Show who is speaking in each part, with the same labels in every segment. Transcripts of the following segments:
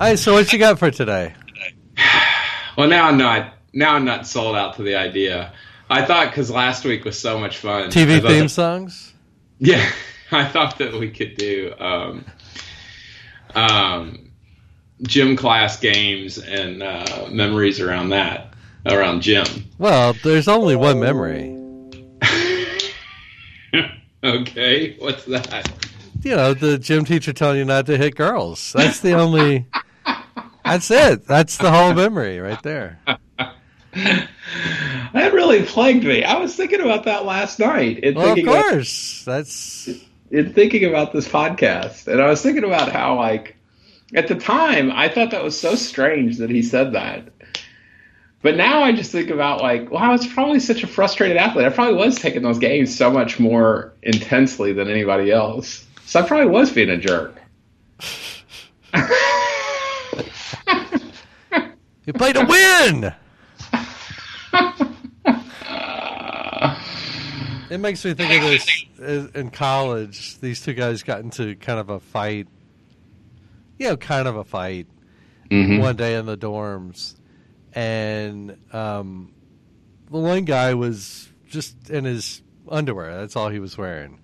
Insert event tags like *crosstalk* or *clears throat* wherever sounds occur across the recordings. Speaker 1: All right, so what you got for today?
Speaker 2: Well, now I'm not. Now I'm not sold out to the idea. I thought because last week was so much fun. I
Speaker 1: TV
Speaker 2: thought
Speaker 1: theme
Speaker 2: that-
Speaker 1: songs?
Speaker 2: *laughs* yeah, I thought that we could do um, um, gym class games and uh, memories around that, around gym. *laughs*
Speaker 1: Well, there's only one memory.
Speaker 2: okay, what's that?
Speaker 1: You know, the gym teacher telling you not to hit girls. That's the only. That's it. That's the whole memory right there.
Speaker 2: That really plagued me. I was thinking about that last night.
Speaker 1: *laughs*
Speaker 2: And
Speaker 1: Well, of
Speaker 2: thinking about-
Speaker 1: course. That's
Speaker 2: in thinking about this podcast, and I was thinking about how, like, at the time, I thought that was so strange that he said that. But now I just think about, like, wow, I was probably such a frustrated athlete. I probably was taking those games so much more intensely than anybody else. So I probably was being a jerk.
Speaker 1: you play to win. It makes me think of this i- in college. These two guys got into kind of a fight. You know, kind of a fight.
Speaker 2: Hmm. *laughs*
Speaker 1: one day in the dorms, and um, the one guy was just in his underwear. That's all he was wearing,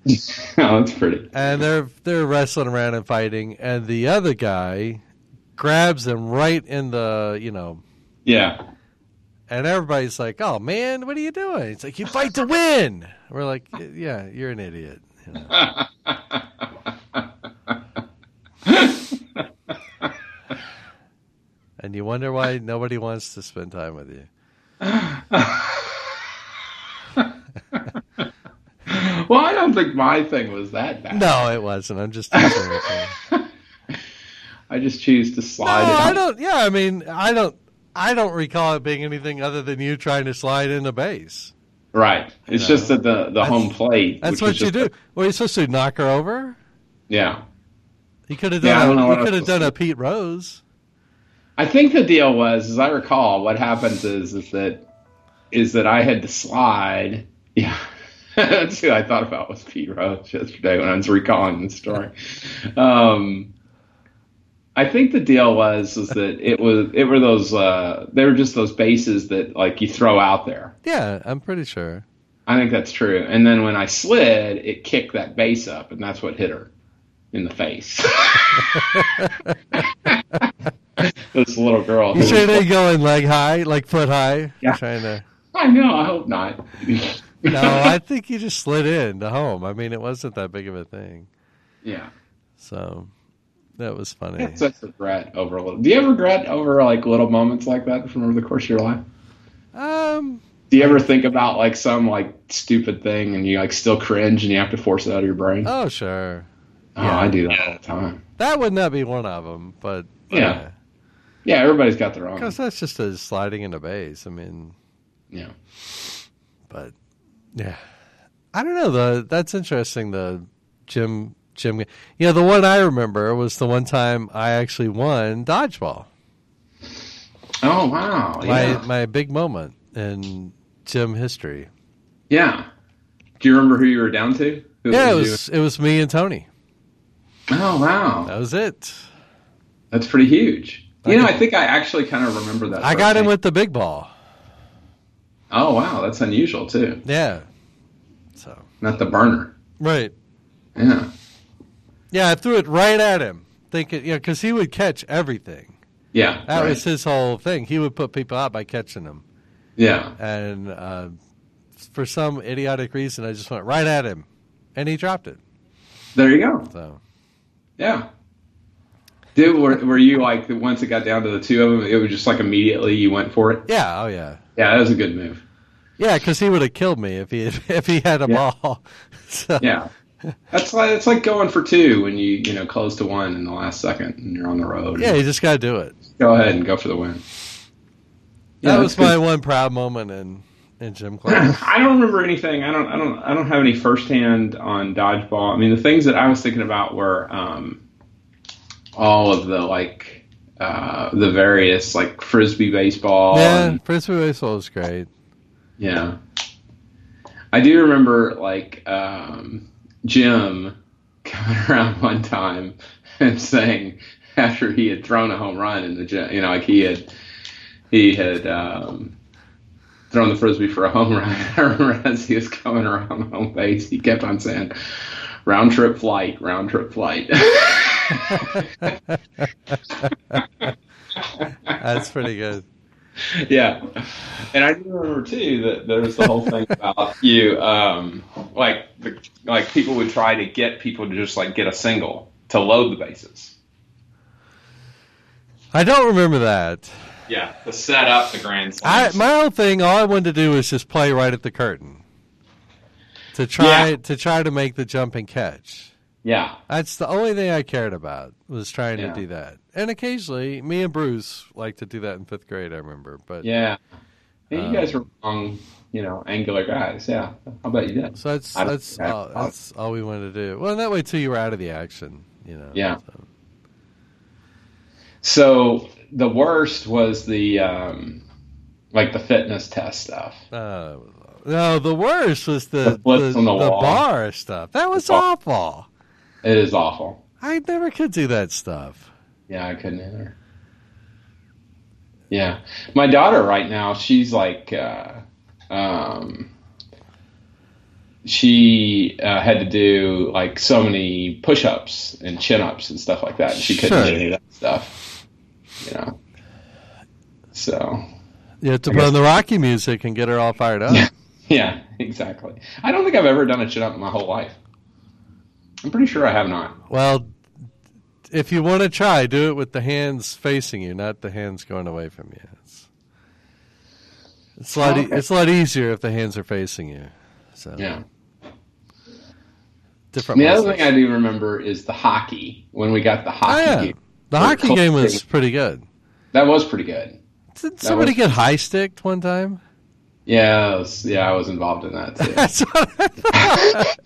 Speaker 2: Oh, that's pretty.
Speaker 1: and they're they're wrestling around and fighting, and the other guy grabs him right in the you know,
Speaker 2: Yeah. *laughs*
Speaker 1: and everybody's like, "Oh man, what are you doing?" It's like you fight to win. We're like, "Yeah, you're an idiot." *laughs* You know. And you wonder why nobody wants to spend time with you.
Speaker 2: Well, I don't think my thing was that bad.
Speaker 1: No, it wasn't. I'm just. exaggerating.
Speaker 2: I just choose to
Speaker 1: No,
Speaker 2: slide
Speaker 1: I
Speaker 2: it.
Speaker 1: don't. Yeah, I mean, I don't. I don't recall it being anything other than you trying to slide in the base.
Speaker 2: Right. It's
Speaker 1: No.
Speaker 2: just that the, the home plate.
Speaker 1: That's
Speaker 2: which
Speaker 1: what
Speaker 2: is
Speaker 1: you
Speaker 2: just-
Speaker 1: do. Were you supposed to knock her over?
Speaker 2: Yeah.
Speaker 1: You could have
Speaker 2: Yeah, I
Speaker 1: done.
Speaker 2: don't know
Speaker 1: a,
Speaker 2: what
Speaker 1: you
Speaker 2: I
Speaker 1: could
Speaker 2: was
Speaker 1: have done a
Speaker 2: supposed
Speaker 1: Pete Rose.
Speaker 2: I think the deal was, as I recall, what happens is is that is that I had to slide. Yeah, *laughs* that's who I thought about was Pete Roach yesterday when I was recalling the story. Um, I think the deal was is that it was it were those uh, they were just those bases that like you throw out there.
Speaker 1: Yeah, I'm pretty sure.
Speaker 2: I think that's true. And then when I slid, it kicked that base up, and that's what hit her in the face. *laughs* this little girl.
Speaker 1: You
Speaker 2: who-
Speaker 1: sure they going leg high, like foot high?
Speaker 2: Yeah.
Speaker 1: Trying
Speaker 2: *laughs*
Speaker 1: to.
Speaker 2: I know. I hope not. *laughs*
Speaker 1: No, I think you just slid in to home. I mean, it wasn't that big of a thing.
Speaker 2: yeah,
Speaker 1: So that was funny.
Speaker 2: that's such regret over a little. Do you ever regret over like little moments like that from over the course of your life?
Speaker 1: Um.
Speaker 2: Do you ever think about like some like stupid thing and you like still cringe and you have to force it out of your brain?
Speaker 1: Oh, sure.
Speaker 2: oh, I do that all the time.
Speaker 1: That would not be one of them, but
Speaker 2: Yeah. Yeah, everybody's got their own.
Speaker 1: because that's just a sliding in a base. I mean,
Speaker 2: Yeah,
Speaker 1: but yeah, I don't know. The that's interesting. The Jim Jim. Yeah, the one I remember was the one time I actually won dodgeball.
Speaker 2: Oh wow. Yeah.
Speaker 1: My my big moment in Jim history.
Speaker 2: yeah. Do you remember who you were down to? Who
Speaker 1: Yeah, it
Speaker 2: you?
Speaker 1: was it was me and Tony.
Speaker 2: Oh wow,
Speaker 1: That was it.
Speaker 2: that's pretty huge. You know, I think I actually kind of remember that.
Speaker 1: I got him
Speaker 2: firsthand.
Speaker 1: with the big ball.
Speaker 2: Oh wow, that's unusual too.
Speaker 1: Yeah. So
Speaker 2: Not the burner.
Speaker 1: right.
Speaker 2: Yeah.
Speaker 1: Yeah, I threw it right at him, thinking you know because he would catch everything.
Speaker 2: Yeah.
Speaker 1: That
Speaker 2: right.
Speaker 1: was his whole thing. He would put people out by catching them.
Speaker 2: Yeah.
Speaker 1: And uh, for some idiotic reason, I just went right at him. And he dropped it.
Speaker 2: There you go.
Speaker 1: So
Speaker 2: Yeah. Did were, were you like once it got down to the two of them, it was just like immediately you went for it?
Speaker 1: yeah, oh yeah,
Speaker 2: Yeah, that was a good move.
Speaker 1: yeah. Because he would have killed me if he if he had *laughs* a
Speaker 2: Yeah.
Speaker 1: ball. *laughs* So, *laughs*
Speaker 2: Yeah. That's like it's like going for two when you you know close to one in the last second and you're on the road.
Speaker 1: yeah, you just gotta do it.
Speaker 2: Go ahead and go for the win.
Speaker 1: that
Speaker 2: Yeah,
Speaker 1: was
Speaker 2: that's
Speaker 1: my
Speaker 2: good.
Speaker 1: one proud moment in in gym
Speaker 2: *coughs*
Speaker 1: class.
Speaker 2: I don't remember anything. I don't. I don't. I don't have any firsthand on dodgeball. I mean, the things that I was thinking about were um, all of the like uh, the various like frisbee baseball. and-
Speaker 1: yeah, frisbee baseball was great.
Speaker 2: Yeah. I do remember like *laughs* um, Jim coming around one time and saying after he had thrown a home run in the gym. You know, like he had he had um, thrown the frisbee for a home run. *laughs* I remember as he was coming around home base, he kept on saying, "Round trip flight, round trip flight." *laughs*
Speaker 1: That's pretty good.
Speaker 2: yeah. And I do remember too that there was the whole thing about you, um, like the, like people would try to get people to just like get a single to load the bases.
Speaker 1: I don't remember that.
Speaker 2: Yeah, to set up the grand
Speaker 1: I,
Speaker 2: slams.
Speaker 1: my own thing, all I wanted to do was just play right at the curtain to try
Speaker 2: Yeah.
Speaker 1: to try to make the jump and catch.
Speaker 2: yeah,
Speaker 1: That's the only thing I cared about was trying
Speaker 2: Yeah.
Speaker 1: to do that. And occasionally, me and Bruce liked to do that in fifth grade. I remember, but
Speaker 2: yeah. Yeah,
Speaker 1: Um,
Speaker 2: you guys were long, you know, angular guys. Yeah, how about you did?
Speaker 1: so that's
Speaker 2: I don't
Speaker 1: that's
Speaker 2: think I-
Speaker 1: all, that's all we wanted to do. Well, and that way too, you were out of the action. You know.
Speaker 2: Yeah.
Speaker 1: so.
Speaker 2: So the worst was the um, like the fitness test stuff.
Speaker 1: Uh, no, the worst was the
Speaker 2: The flips
Speaker 1: the,
Speaker 2: on the
Speaker 1: the
Speaker 2: wall.
Speaker 1: bar stuff. That was
Speaker 2: The bar.
Speaker 1: awful.
Speaker 2: It is awful.
Speaker 1: I never could do that stuff.
Speaker 2: Yeah, I couldn't either. Yeah, my daughter right now, she's like, uh, um, she uh, had to do like so many push-ups and chin-ups and stuff like that, and she couldn't
Speaker 1: Sure.
Speaker 2: do any of that stuff. You know, so
Speaker 1: You have to
Speaker 2: I
Speaker 1: put
Speaker 2: guess-
Speaker 1: on the Rocky music and get her all fired up.
Speaker 2: Yeah. yeah, exactly. I don't think I've ever done a chin-up in my whole life. I'm pretty sure I have not.
Speaker 1: Well, if you want to try, do it with the hands facing you, not the hands going away from you. It's, it's a lot. e-
Speaker 2: Okay.
Speaker 1: It's a lot easier if the hands are facing you. So
Speaker 2: Yeah.
Speaker 1: different.
Speaker 2: And the other
Speaker 1: muscles.
Speaker 2: thing I do remember is the hockey. When we got the hockey,
Speaker 1: Oh, yeah.
Speaker 2: gear.
Speaker 1: the
Speaker 2: or
Speaker 1: hockey
Speaker 2: close
Speaker 1: game was
Speaker 2: thing.
Speaker 1: pretty good.
Speaker 2: that was pretty good.
Speaker 1: Did somebody
Speaker 2: was-
Speaker 1: get high sticked one time?
Speaker 2: Yeah, I was- yeah, I was involved in that
Speaker 1: *laughs*
Speaker 2: too. *laughs*
Speaker 1: That's what I thought.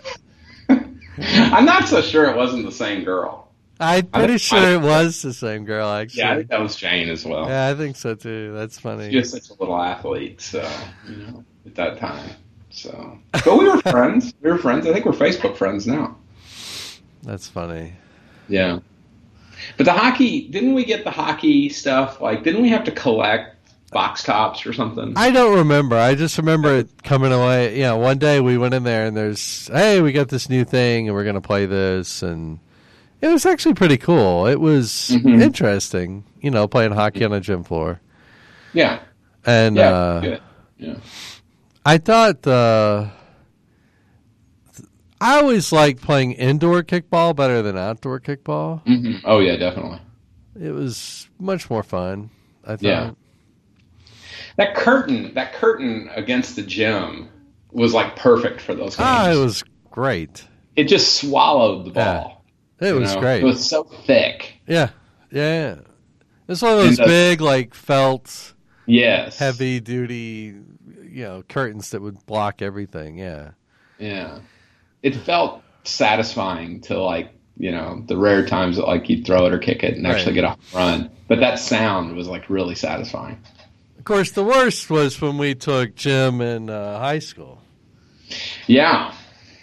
Speaker 2: I'm not so sure it wasn't the same girl.
Speaker 1: I'm
Speaker 2: I
Speaker 1: pretty
Speaker 2: think-
Speaker 1: sure it was the same girl. Actually,
Speaker 2: Yeah, I think that was Jane as well.
Speaker 1: Yeah, I think so too. That's funny.
Speaker 2: She was such a little athlete, so you know, at that time. So, but
Speaker 1: *laughs*
Speaker 2: we were friends. We were friends. I think we're Facebook friends now.
Speaker 1: That's funny.
Speaker 2: Yeah. But the hockey, didn't we get the hockey stuff? Like, didn't we have to collect box tops or something?
Speaker 1: I don't remember. I just remember it coming away. You know, one day we went in there and there's, hey, we got this new thing and we're going to play this. And it was actually pretty cool. It was
Speaker 2: Mhm.
Speaker 1: interesting, you know, playing hockey on a gym floor.
Speaker 2: yeah.
Speaker 1: And
Speaker 2: Yeah.
Speaker 1: uh,
Speaker 2: good. Yeah.
Speaker 1: I thought, uh, I always liked playing indoor kickball better than outdoor kickball.
Speaker 2: hmm Oh, yeah, definitely.
Speaker 1: It was much more fun, I thought.
Speaker 2: Yeah. That curtain, that curtain against the gym was like perfect for those games.
Speaker 1: Ah, it was great.
Speaker 2: it just swallowed the
Speaker 1: Yeah,
Speaker 2: ball.
Speaker 1: It
Speaker 2: you
Speaker 1: was
Speaker 2: know?
Speaker 1: great.
Speaker 2: It was so thick.
Speaker 1: Yeah, yeah. yeah. It's one of those
Speaker 2: And, uh,
Speaker 1: big, like felt,
Speaker 2: Yes.
Speaker 1: heavy duty, you know, curtains that would block everything. Yeah,
Speaker 2: Yeah. It felt satisfying to like you know the rare times that like you'd throw it or kick it and
Speaker 1: Right.
Speaker 2: actually get a run. But that sound was like really satisfying.
Speaker 1: of course, the worst was when we took gym in uh, high school
Speaker 2: Yeah.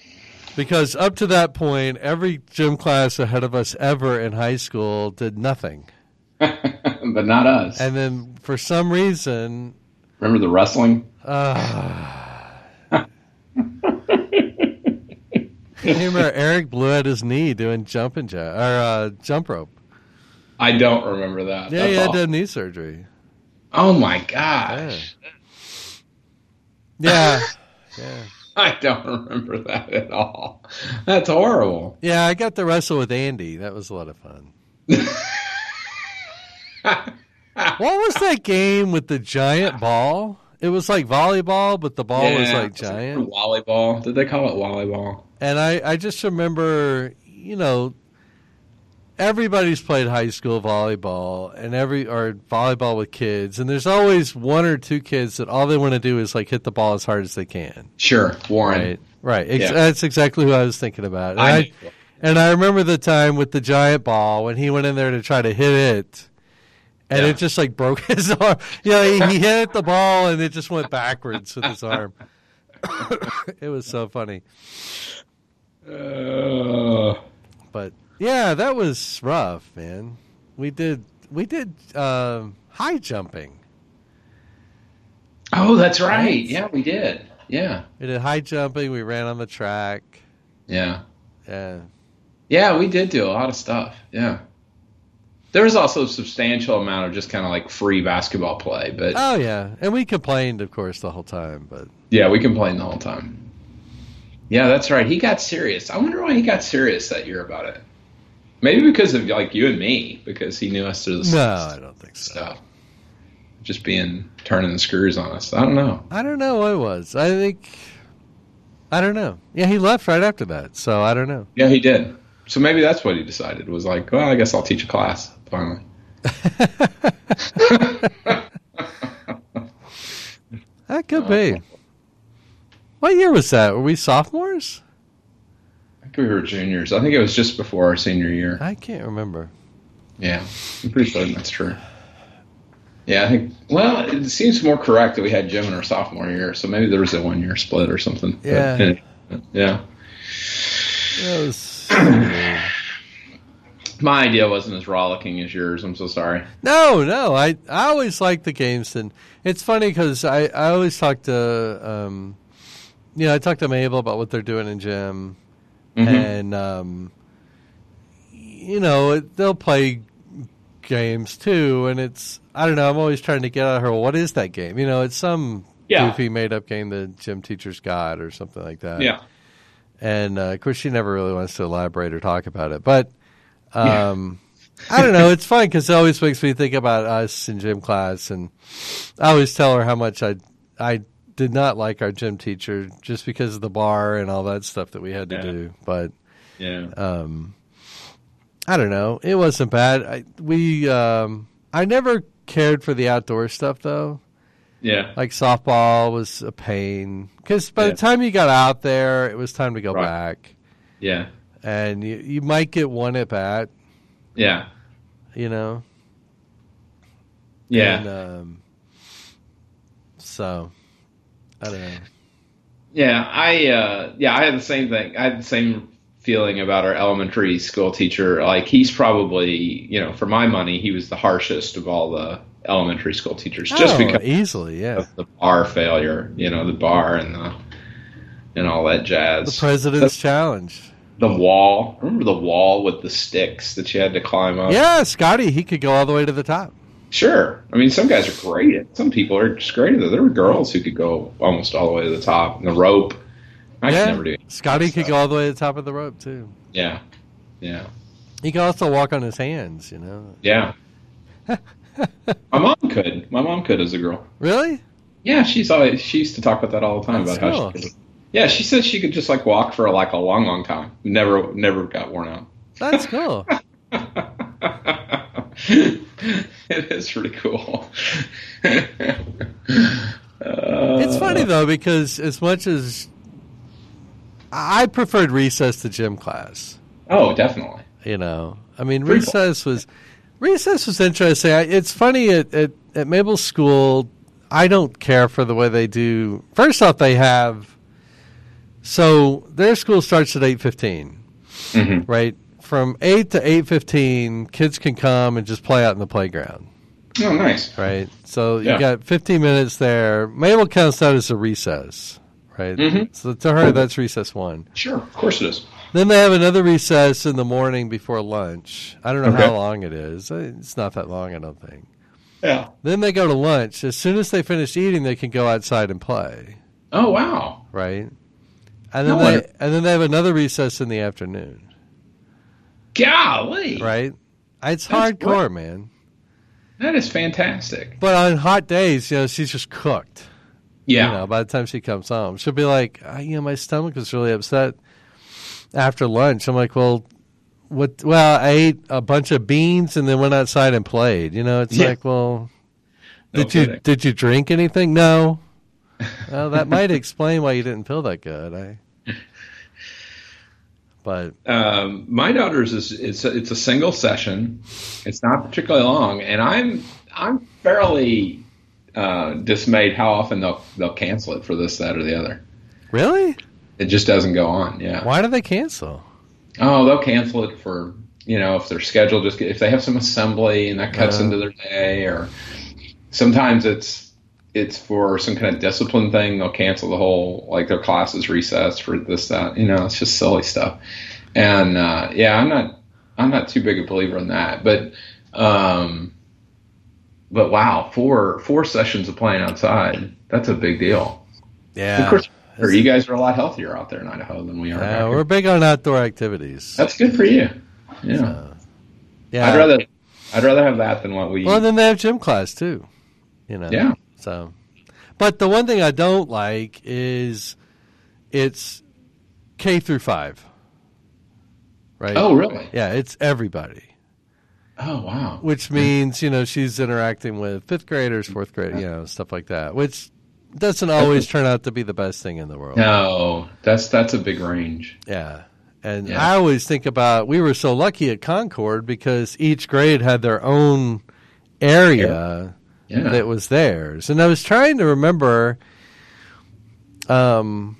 Speaker 2: *laughs*
Speaker 1: because up to that point, every gym class ahead of us ever in high school did nothing,
Speaker 2: but not us.
Speaker 1: and then for some reason,
Speaker 2: Remember the wrestling?
Speaker 1: uh, I remember Eric blew out his knee doing jump and ja- or uh, jump rope.
Speaker 2: I don't remember that.
Speaker 1: Yeah,
Speaker 2: That's
Speaker 1: yeah,
Speaker 2: awful.
Speaker 1: did knee surgery.
Speaker 2: Oh my gosh.
Speaker 1: Yeah. yeah.
Speaker 2: *laughs* I don't remember that at all. That's horrible.
Speaker 1: Yeah, I got to wrestle with Andy. That was a lot of fun. what was that game with the giant ball? It was like volleyball, but the ball was
Speaker 2: Yeah.
Speaker 1: like giant.
Speaker 2: Volleyball. Did they call it volleyball?
Speaker 1: And I, I just remember, you know, everybody's played high school volleyball and every or volleyball with kids, and there's always one or two kids that all they want to do is like hit the ball as hard as they can.
Speaker 2: Sure, Warren.
Speaker 1: Right. Right. Ex-
Speaker 2: Yeah.
Speaker 1: That's exactly who I was thinking about. And
Speaker 2: I
Speaker 1: I- And I remember the time with the giant ball when he went in there to try to hit it, and
Speaker 2: Yeah.
Speaker 1: it just like broke *laughs* his arm. You know, he, he hit the ball and it just went backwards with his arm. *coughs* it was so funny,
Speaker 2: Uh,
Speaker 1: but yeah, that was rough, man. we did we did um, high jumping.
Speaker 2: Oh, that's right. Yeah, we did. Yeah,
Speaker 1: We did high jumping. We ran on the track.
Speaker 2: yeah,
Speaker 1: Yeah,
Speaker 2: yeah. We did do a lot of stuff. Yeah, there was also a substantial amount of just kind of like free basketball play, but
Speaker 1: oh yeah, and we complained, of course, the whole time. But
Speaker 2: yeah, we complained the whole time. Yeah, that's right. He got serious. I wonder why he got serious that year about it. Maybe because of like you and me, because he knew us through the
Speaker 1: no, I don't think so.
Speaker 2: stuff. Just being turning the screws on us. I don't know.
Speaker 1: I don't know what it was. I think I don't know. Yeah, he left right after that, so I don't know. *laughs*
Speaker 2: Yeah, he did. So maybe that's what he decided was like, well, I guess I'll teach a class finally. *laughs*
Speaker 1: That could be. What year was that? Were we sophomores?
Speaker 2: I think we were juniors. I think it was just before our senior year.
Speaker 1: I can't remember.
Speaker 2: Yeah, I'm pretty certain that's true. Yeah, I think. Well, it seems more correct that we had Jim in our sophomore year, so maybe there was a one year split or something. But,
Speaker 1: Yeah.
Speaker 2: yeah.
Speaker 1: That was no,
Speaker 2: My idea wasn't as rollicking as yours. I'm so sorry.
Speaker 1: no. I I always liked the games, and it's funny because I I always talk to um, you know I talk to Mabel about what they're doing in gym,
Speaker 2: Mm-hmm.
Speaker 1: and um, you know it- they'll play games too, and it's I don't know. I'm always trying to get out of her. What is that game? You know, it's some
Speaker 2: Yeah.
Speaker 1: goofy made up game the gym teacher's got or something like that.
Speaker 2: Yeah.
Speaker 1: and uh, of course she never really wants to elaborate or talk about it but um, i don't know it's fun because it always makes me think about us in gym class and i always tell her how much i i did not like our gym teacher just because of the bar and all that stuff that we had to
Speaker 2: Yeah.
Speaker 1: do but
Speaker 2: Yeah.
Speaker 1: um, I don't know. It wasn't bad. I, we um, I never cared for the outdoor stuff though.
Speaker 2: Yeah.
Speaker 1: Like softball was a pain because by
Speaker 2: Yeah.
Speaker 1: the time you got out there, it was time to go
Speaker 2: Right.
Speaker 1: back
Speaker 2: Yeah.
Speaker 1: and you, you might get one at bat, uh,
Speaker 2: Yeah.
Speaker 1: you know.
Speaker 2: Yeah.
Speaker 1: And, um, so, I don't know.
Speaker 2: Yeah, I uh, yeah, I had the same thing. I had the same feeling about our elementary school teacher. Like he's probably, you know, for my money, he was the harshest of all the elementary school teachers, just
Speaker 1: Oh,
Speaker 2: because
Speaker 1: easily, yeah.
Speaker 2: of the bar failure. You know, the bar and the and all that
Speaker 1: The
Speaker 2: jazz. The,
Speaker 1: president's challenge.
Speaker 2: wall. Remember the wall with the sticks that you had to climb up?
Speaker 1: Yeah, Scotty, he could go all the way to the top.
Speaker 2: Sure. I mean, some guys are great at. Some people are just great at it. There were girls who could go almost all the way to the top. And the rope. I
Speaker 1: yeah,
Speaker 2: could never do. it.
Speaker 1: Scotty could
Speaker 2: stuff.
Speaker 1: go all the way to the top of the rope too.
Speaker 2: Yeah. Yeah.
Speaker 1: He could also walk on his hands, you know.
Speaker 2: *laughs* Yeah. My mom could. My mom could as a girl.
Speaker 1: Really?
Speaker 2: Yeah, she's always she used to talk about that all the time
Speaker 1: That's
Speaker 2: about
Speaker 1: cool.
Speaker 2: how she could, Yeah, she said she could just like walk for like a long, long time. Never never got worn out.
Speaker 1: That's cool.
Speaker 2: *laughs* it is pretty cool. *laughs* Uh,
Speaker 1: It's funny though because as much as I I preferred recess to gym class.
Speaker 2: Oh, definitely.
Speaker 1: you know i mean
Speaker 2: Free fall.
Speaker 1: recess was recess was interesting I, it's funny at, at, at mabel's school i don't care for the way they do first off they have so their school starts at 8.15
Speaker 2: Mhm.
Speaker 1: right from 8 to 8.15 kids can come and just play out in the playground
Speaker 2: Oh, nice.
Speaker 1: right so you
Speaker 2: Yeah.
Speaker 1: got 15 minutes there mabel counts that as a recess right
Speaker 2: Mhm.
Speaker 1: so to her that's recess one
Speaker 2: Sure, of course it is.
Speaker 1: then they have another recess in the morning before lunch. I don't know
Speaker 2: Okay.
Speaker 1: how long it is. It's not that long, I don't think.
Speaker 2: Yeah.
Speaker 1: Then they go to lunch. As soon as they finish eating, they can go outside and play,
Speaker 2: Oh wow.
Speaker 1: right? And then
Speaker 2: No
Speaker 1: they
Speaker 2: wonder-
Speaker 1: and then they have another recess in the afternoon,
Speaker 2: Golly.
Speaker 1: right? It's
Speaker 2: That's
Speaker 1: hardcore, man.
Speaker 2: That is fantastic.
Speaker 1: But on hot days, you know, she's just cooked.
Speaker 2: Yeah.
Speaker 1: You know, by the time she comes home, she'll be like, "Ah, you know, my stomach was really upset after lunch. I'm like, well, what? Well, I ate a bunch of beans and then went outside and played. You know, it's
Speaker 2: Yeah.
Speaker 1: like, well,
Speaker 2: No
Speaker 1: did you
Speaker 2: kidding.
Speaker 1: did you drink anything?
Speaker 2: *laughs*
Speaker 1: No. well, that might explain why you didn't feel that good. I. But
Speaker 2: um, my daughter's is it's a, it's a single session. It's not particularly long, and I'm I'm fairly uh, dismayed how often they'll they'll cancel it for this, that, or the other.
Speaker 1: really,
Speaker 2: It just doesn't go on. Yeah.
Speaker 1: why do they cancel?
Speaker 2: Oh, they'll cancel it for you know, if their schedule just if they have some assembly and that cuts
Speaker 1: Yeah.
Speaker 2: into their day, or sometimes it's it's for some kind of discipline thing. They'll cancel the whole like their classes recess for this that. You know, it's just silly stuff. And uh, yeah, I'm not I'm not too big a believer in that, but. Um, but wow, four four sessions of playing outside, that's a big deal.
Speaker 1: Yeah.
Speaker 2: Of course, or you guys are a lot healthier out there in Idaho than we are. back
Speaker 1: Yeah,
Speaker 2: here.
Speaker 1: we're big on outdoor activities.
Speaker 2: That's good for you. Yeah.
Speaker 1: Uh, yeah.
Speaker 2: I'd rather I'd rather have that than what we
Speaker 1: Well, then they have gym class too. You know.
Speaker 2: Yeah.
Speaker 1: So, but the one thing I don't like is it's K through five. Right.
Speaker 2: Oh really?
Speaker 1: Yeah, it's everybody,
Speaker 2: Oh wow.
Speaker 1: which means you know she's interacting with fifth graders, fourth grade, you know, stuff like that, which doesn't always turn out to be the best thing in the world.
Speaker 2: No. That's that's a big range.
Speaker 1: Yeah. And
Speaker 2: Yeah.
Speaker 1: I always think about we were so lucky at Concord because each grade had their own area
Speaker 2: Yeah.
Speaker 1: that was theirs. And I was trying to remember um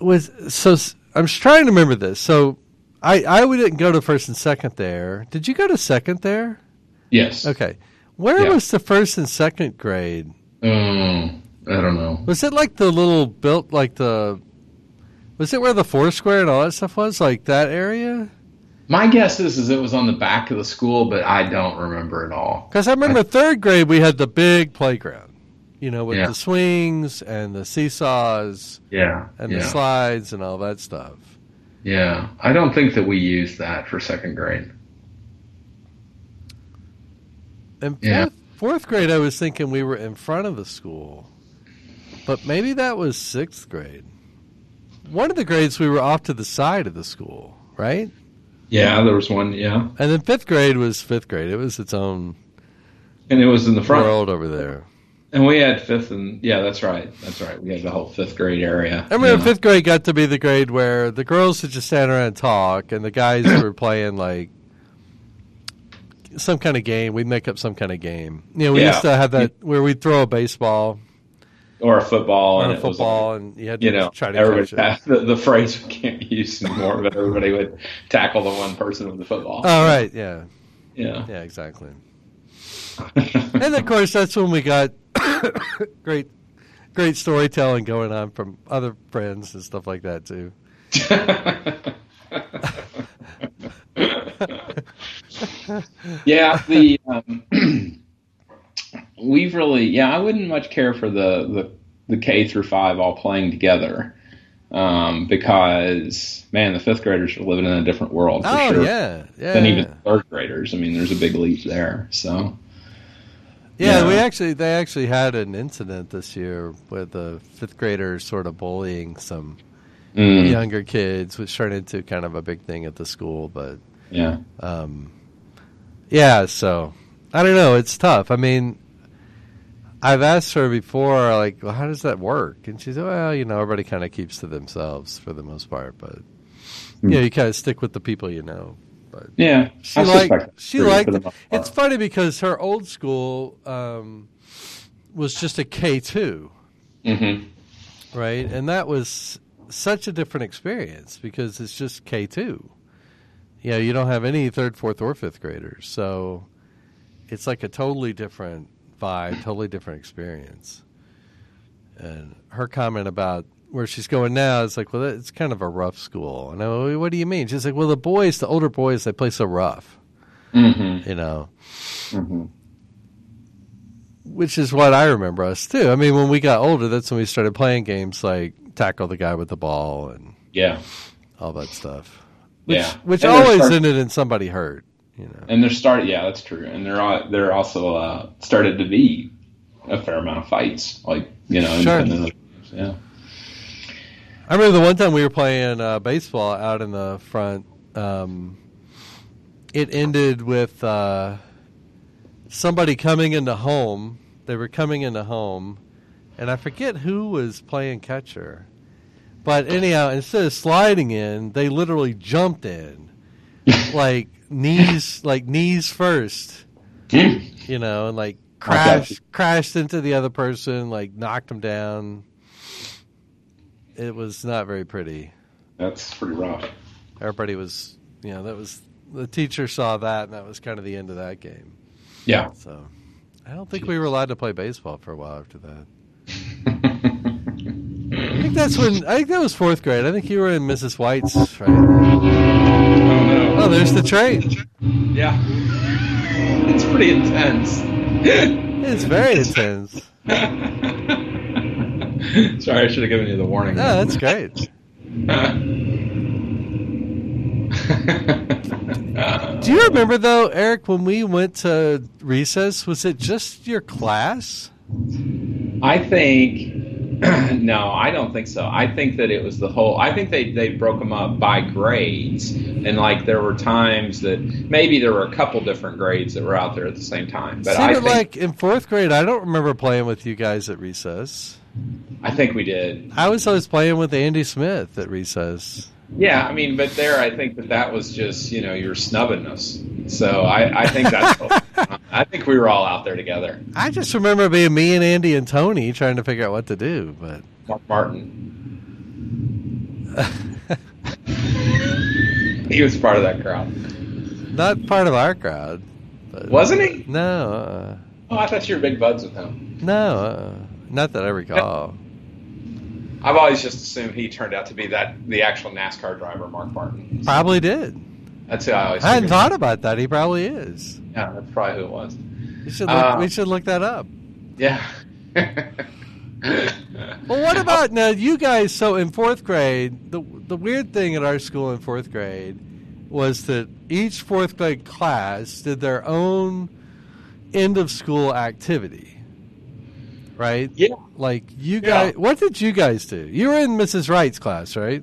Speaker 1: was so s- I'm trying to remember this. So I I we didn't go to first and second there. Did you go to second there?
Speaker 2: yes.
Speaker 1: Okay. Where
Speaker 2: Yeah.
Speaker 1: was the first and second grade?
Speaker 2: Mm, I don't know.
Speaker 1: Was it like the little built like the was it where the Foursquare and all that stuff was? Like that area?
Speaker 2: My guess is is it was on the back of the school, but I don't remember at all.
Speaker 1: Because I remember third grade we had the big playground, you know, with
Speaker 2: Yeah.
Speaker 1: the swings and the seesaws
Speaker 2: Yeah.
Speaker 1: and
Speaker 2: yeah.
Speaker 1: the slides and all that stuff.
Speaker 2: yeah. I don't think that we used that for second grade.
Speaker 1: And
Speaker 2: Yeah.
Speaker 1: fourth, fourth grade, I was thinking we were in front of the school, but maybe that was sixth grade. One of the grades we were off to the side of the school, right?
Speaker 2: Yeah, there was one, yeah.
Speaker 1: And then fifth grade was fifth grade. It was its own
Speaker 2: And it was in the front.
Speaker 1: world over there.
Speaker 2: And we had fifth and yeah, that's right. That's right. We had the whole fifth grade area.
Speaker 1: I remember
Speaker 2: yeah.
Speaker 1: fifth grade got to be the grade where the girls would just stand around and talk, and the
Speaker 2: *coughs*
Speaker 1: guys were playing like some kind of game. We'd make up some kind of game. You know, we
Speaker 2: Yeah.
Speaker 1: used to have that where we'd throw a baseball
Speaker 2: or a football
Speaker 1: or
Speaker 2: and
Speaker 1: a
Speaker 2: it was
Speaker 1: football, and you had to
Speaker 2: you know,
Speaker 1: try to
Speaker 2: everybody,
Speaker 1: catch it.
Speaker 2: *laughs* the, the phrase we can't use anymore, but everybody would tackle the one person with the football.
Speaker 1: All right, yeah, *laughs*
Speaker 2: yeah.
Speaker 1: yeah, exactly. And of course, that's when we got *coughs* great, great storytelling going on from other friends and stuff like that too.
Speaker 2: yeah, the um, *clears throat* we've really yeah, I wouldn't much care for the the, the K through five all playing together. Um, because man, the fifth graders are living in a different world for
Speaker 1: Oh
Speaker 2: sure
Speaker 1: yeah, yeah.
Speaker 2: than even third graders. I mean, there's a big leap there. So
Speaker 1: Yeah,
Speaker 2: Yeah.
Speaker 1: we actually they actually had an incident this year with the fifth graders sort of bullying some
Speaker 2: Mm, yeah.
Speaker 1: younger kids, which turned into kind of a big thing at the school. But um, yeah, so I don't know. It's tough. I mean, I've asked her before, like, well, how does that work? And she said, well, you know, everybody kind of keeps to themselves for the most part, but you know, you kind of stick with the people you know.
Speaker 2: Yeah.
Speaker 1: She
Speaker 2: I suspect
Speaker 1: liked.
Speaker 2: that's
Speaker 1: She
Speaker 2: true for
Speaker 1: liked.
Speaker 2: the most
Speaker 1: It's
Speaker 2: part.
Speaker 1: funny because her old school um, was just a K two,
Speaker 2: Mhm.
Speaker 1: right? And that was such a different experience because it's just K two. You know, you don't have any third, fourth, or fifth graders, so it's like a totally different vibe, totally different experience. And her comment about where she's going now is like, well, it's kind of a rough school. And I went, what do you mean? She's like, well, the boys, the older boys, they play so rough
Speaker 2: Mhm.
Speaker 1: you know,
Speaker 2: Mhm.
Speaker 1: which is what I remember us too. I mean, when we got older, that's when we started playing games like tackle the guy with the ball and
Speaker 2: Yeah.
Speaker 1: all that stuff, which
Speaker 2: Yeah.
Speaker 1: which
Speaker 2: And they're
Speaker 1: always
Speaker 2: start-
Speaker 1: ended in somebody hurt. You know,
Speaker 2: and they're start yeah that's true and they're al- they're also uh, started to be a fair amount of fights like you know
Speaker 1: Sure.
Speaker 2: independent of- yeah
Speaker 1: I remember the one time we were playing uh, baseball out in the front. Um, it ended with uh, somebody coming into home. They were coming into home, and I forget who was playing catcher. But anyhow, instead of sliding in, they literally jumped in, like knees, like knees first, you know, and like crashed crashed into the other person, like knocked him down. It was not very pretty.
Speaker 2: *laughs* that's pretty rough
Speaker 1: Everybody was you know, that was the teacher saw that, and that was kind of the end of that game.
Speaker 2: Yeah. *laughs*
Speaker 1: So I don't think we were allowed to play baseball for a while after that. I think that's when I think that was fourth grade. I think you were in Mrs. White's. Right?
Speaker 2: Oh no.
Speaker 1: Oh, there's the train.
Speaker 2: Yeah. It's pretty intense. *laughs*
Speaker 1: It's very intense.
Speaker 2: Sorry, I should have given you the warning.
Speaker 1: No, Oh, that's great.
Speaker 2: Uh,
Speaker 1: Do you remember though, Eric, when we went to recess? Was it just your class?
Speaker 2: *laughs* I think *clears throat* no, I don't think so. I think that it was the whole. I think they they broke them up by grades, and like there were times that maybe there were a couple different grades that were out there at the same time. But
Speaker 1: Seemed
Speaker 2: I think
Speaker 1: like in fourth grade, I don't remember playing with you guys at recess.
Speaker 2: I think we did.
Speaker 1: I was always playing with Andy Smith at recess.
Speaker 2: Yeah, I mean, but there, I think that that was just you know you were snubbing us. So I I think that's. *laughs* I think we were all out there together.
Speaker 1: I just remember being me and Andy and Tony trying to figure out what to do, but *laughs*
Speaker 2: Mark Martin. he was part of that crowd,
Speaker 1: not part of our crowd. But,
Speaker 2: wasn't he?
Speaker 1: No, uh,
Speaker 2: Oh, I thought you were big buds with him.
Speaker 1: no, uh, not that I recall.
Speaker 2: I've always just assumed he turned out to be that the actual NASCAR driver, Mark Martin.
Speaker 1: Probably did.
Speaker 2: That's who I always.
Speaker 1: I hadn't
Speaker 2: figured.
Speaker 1: thought about that. He probably is.
Speaker 2: Yeah, that's probably who it was.
Speaker 1: We should look,
Speaker 2: Uh,
Speaker 1: we should look that up.
Speaker 2: Yeah.
Speaker 1: Well,
Speaker 2: *laughs*
Speaker 1: what about now? You guys, so in fourth grade, the the weird thing at our school in fourth grade was that each fourth grade class did their own end of school activity, right?
Speaker 2: Yeah.
Speaker 1: Like you
Speaker 2: Yeah.
Speaker 1: guys, what did you guys do? You were in Mrs. Wright's class, right?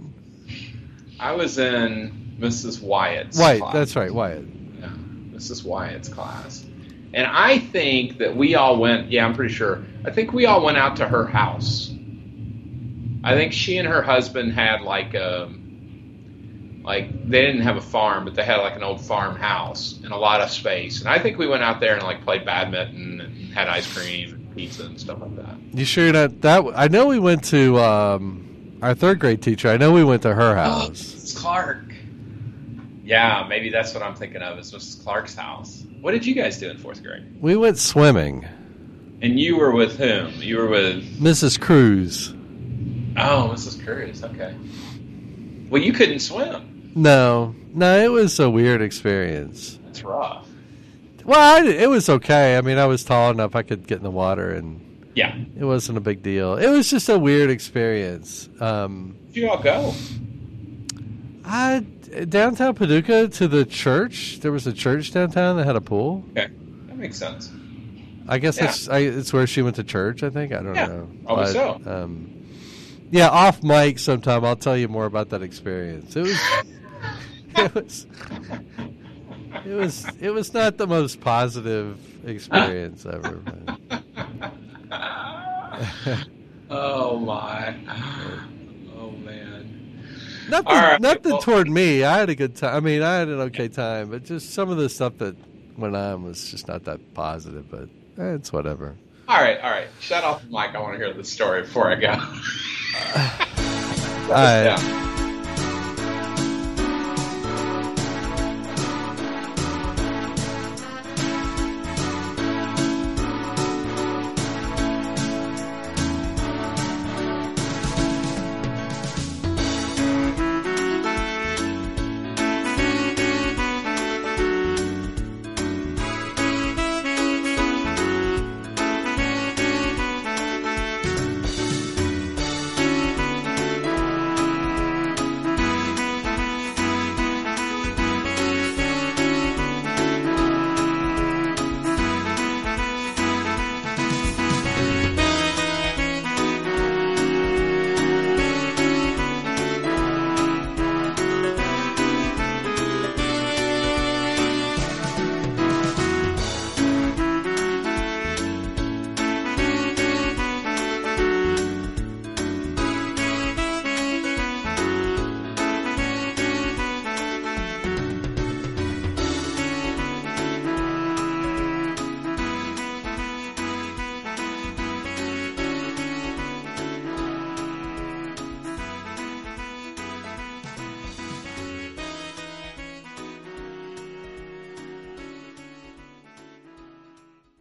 Speaker 2: I was in Mrs. Wyatt's.
Speaker 1: White,
Speaker 2: class.
Speaker 1: that's right, Wyatt.
Speaker 2: Yeah, Mrs. Wyatt's class. And I think that we all went, yeah, I'm pretty sure. I think we all went out to her house. I think she and her husband had like a like they didn't have a farm, but they had like an old farmhouse and a lot of space. And I think we went out there and like played badminton and had ice cream and pizza and stuff like that.
Speaker 1: You sure you're not that? I know we went to um, our third grade teacher. I know we went to
Speaker 2: *gasps*
Speaker 1: her house.
Speaker 2: Mrs. Clark. Yeah, maybe that's what I'm thinking of is Mrs. Clark's house. What did you guys do in fourth grade?
Speaker 1: We went swimming.
Speaker 2: And you were with whom? You were with
Speaker 1: Mrs. Cruz.
Speaker 2: Oh, Mrs. Cruz. Okay. Well, you couldn't swim.
Speaker 1: No, no, it was a weird experience.
Speaker 2: That's rough.
Speaker 1: Well, I, it was okay. I mean, I was tall enough; I could get in the water, and
Speaker 2: Yeah.
Speaker 1: it wasn't a big deal. It was just a weird experience. Um,
Speaker 2: Did you all go?
Speaker 1: I downtown Paducah to the church. There was a church downtown that had a pool.
Speaker 2: Okay. That makes sense. *laughs*
Speaker 1: I guess
Speaker 2: Yeah.
Speaker 1: it's I, it's where she went to church. I think I don't
Speaker 2: Yeah,
Speaker 1: know.
Speaker 2: probably so.
Speaker 1: Um, yeah, off mic sometime. I'll tell you more about that experience. It was. it was. It was. It was not the most positive experience ever. but- *laughs*
Speaker 2: oh my. Oh man.
Speaker 1: nothing.
Speaker 2: All right,
Speaker 1: Nothing
Speaker 2: well-
Speaker 1: toward me. I had a good time. I mean, I had an okay time, but just some of the stuff that went on was just not that positive. But eh, it's whatever.
Speaker 2: All right, all right. Shut off the mic. I want to hear the story before I go.
Speaker 1: All right.
Speaker 2: *laughs* yeah.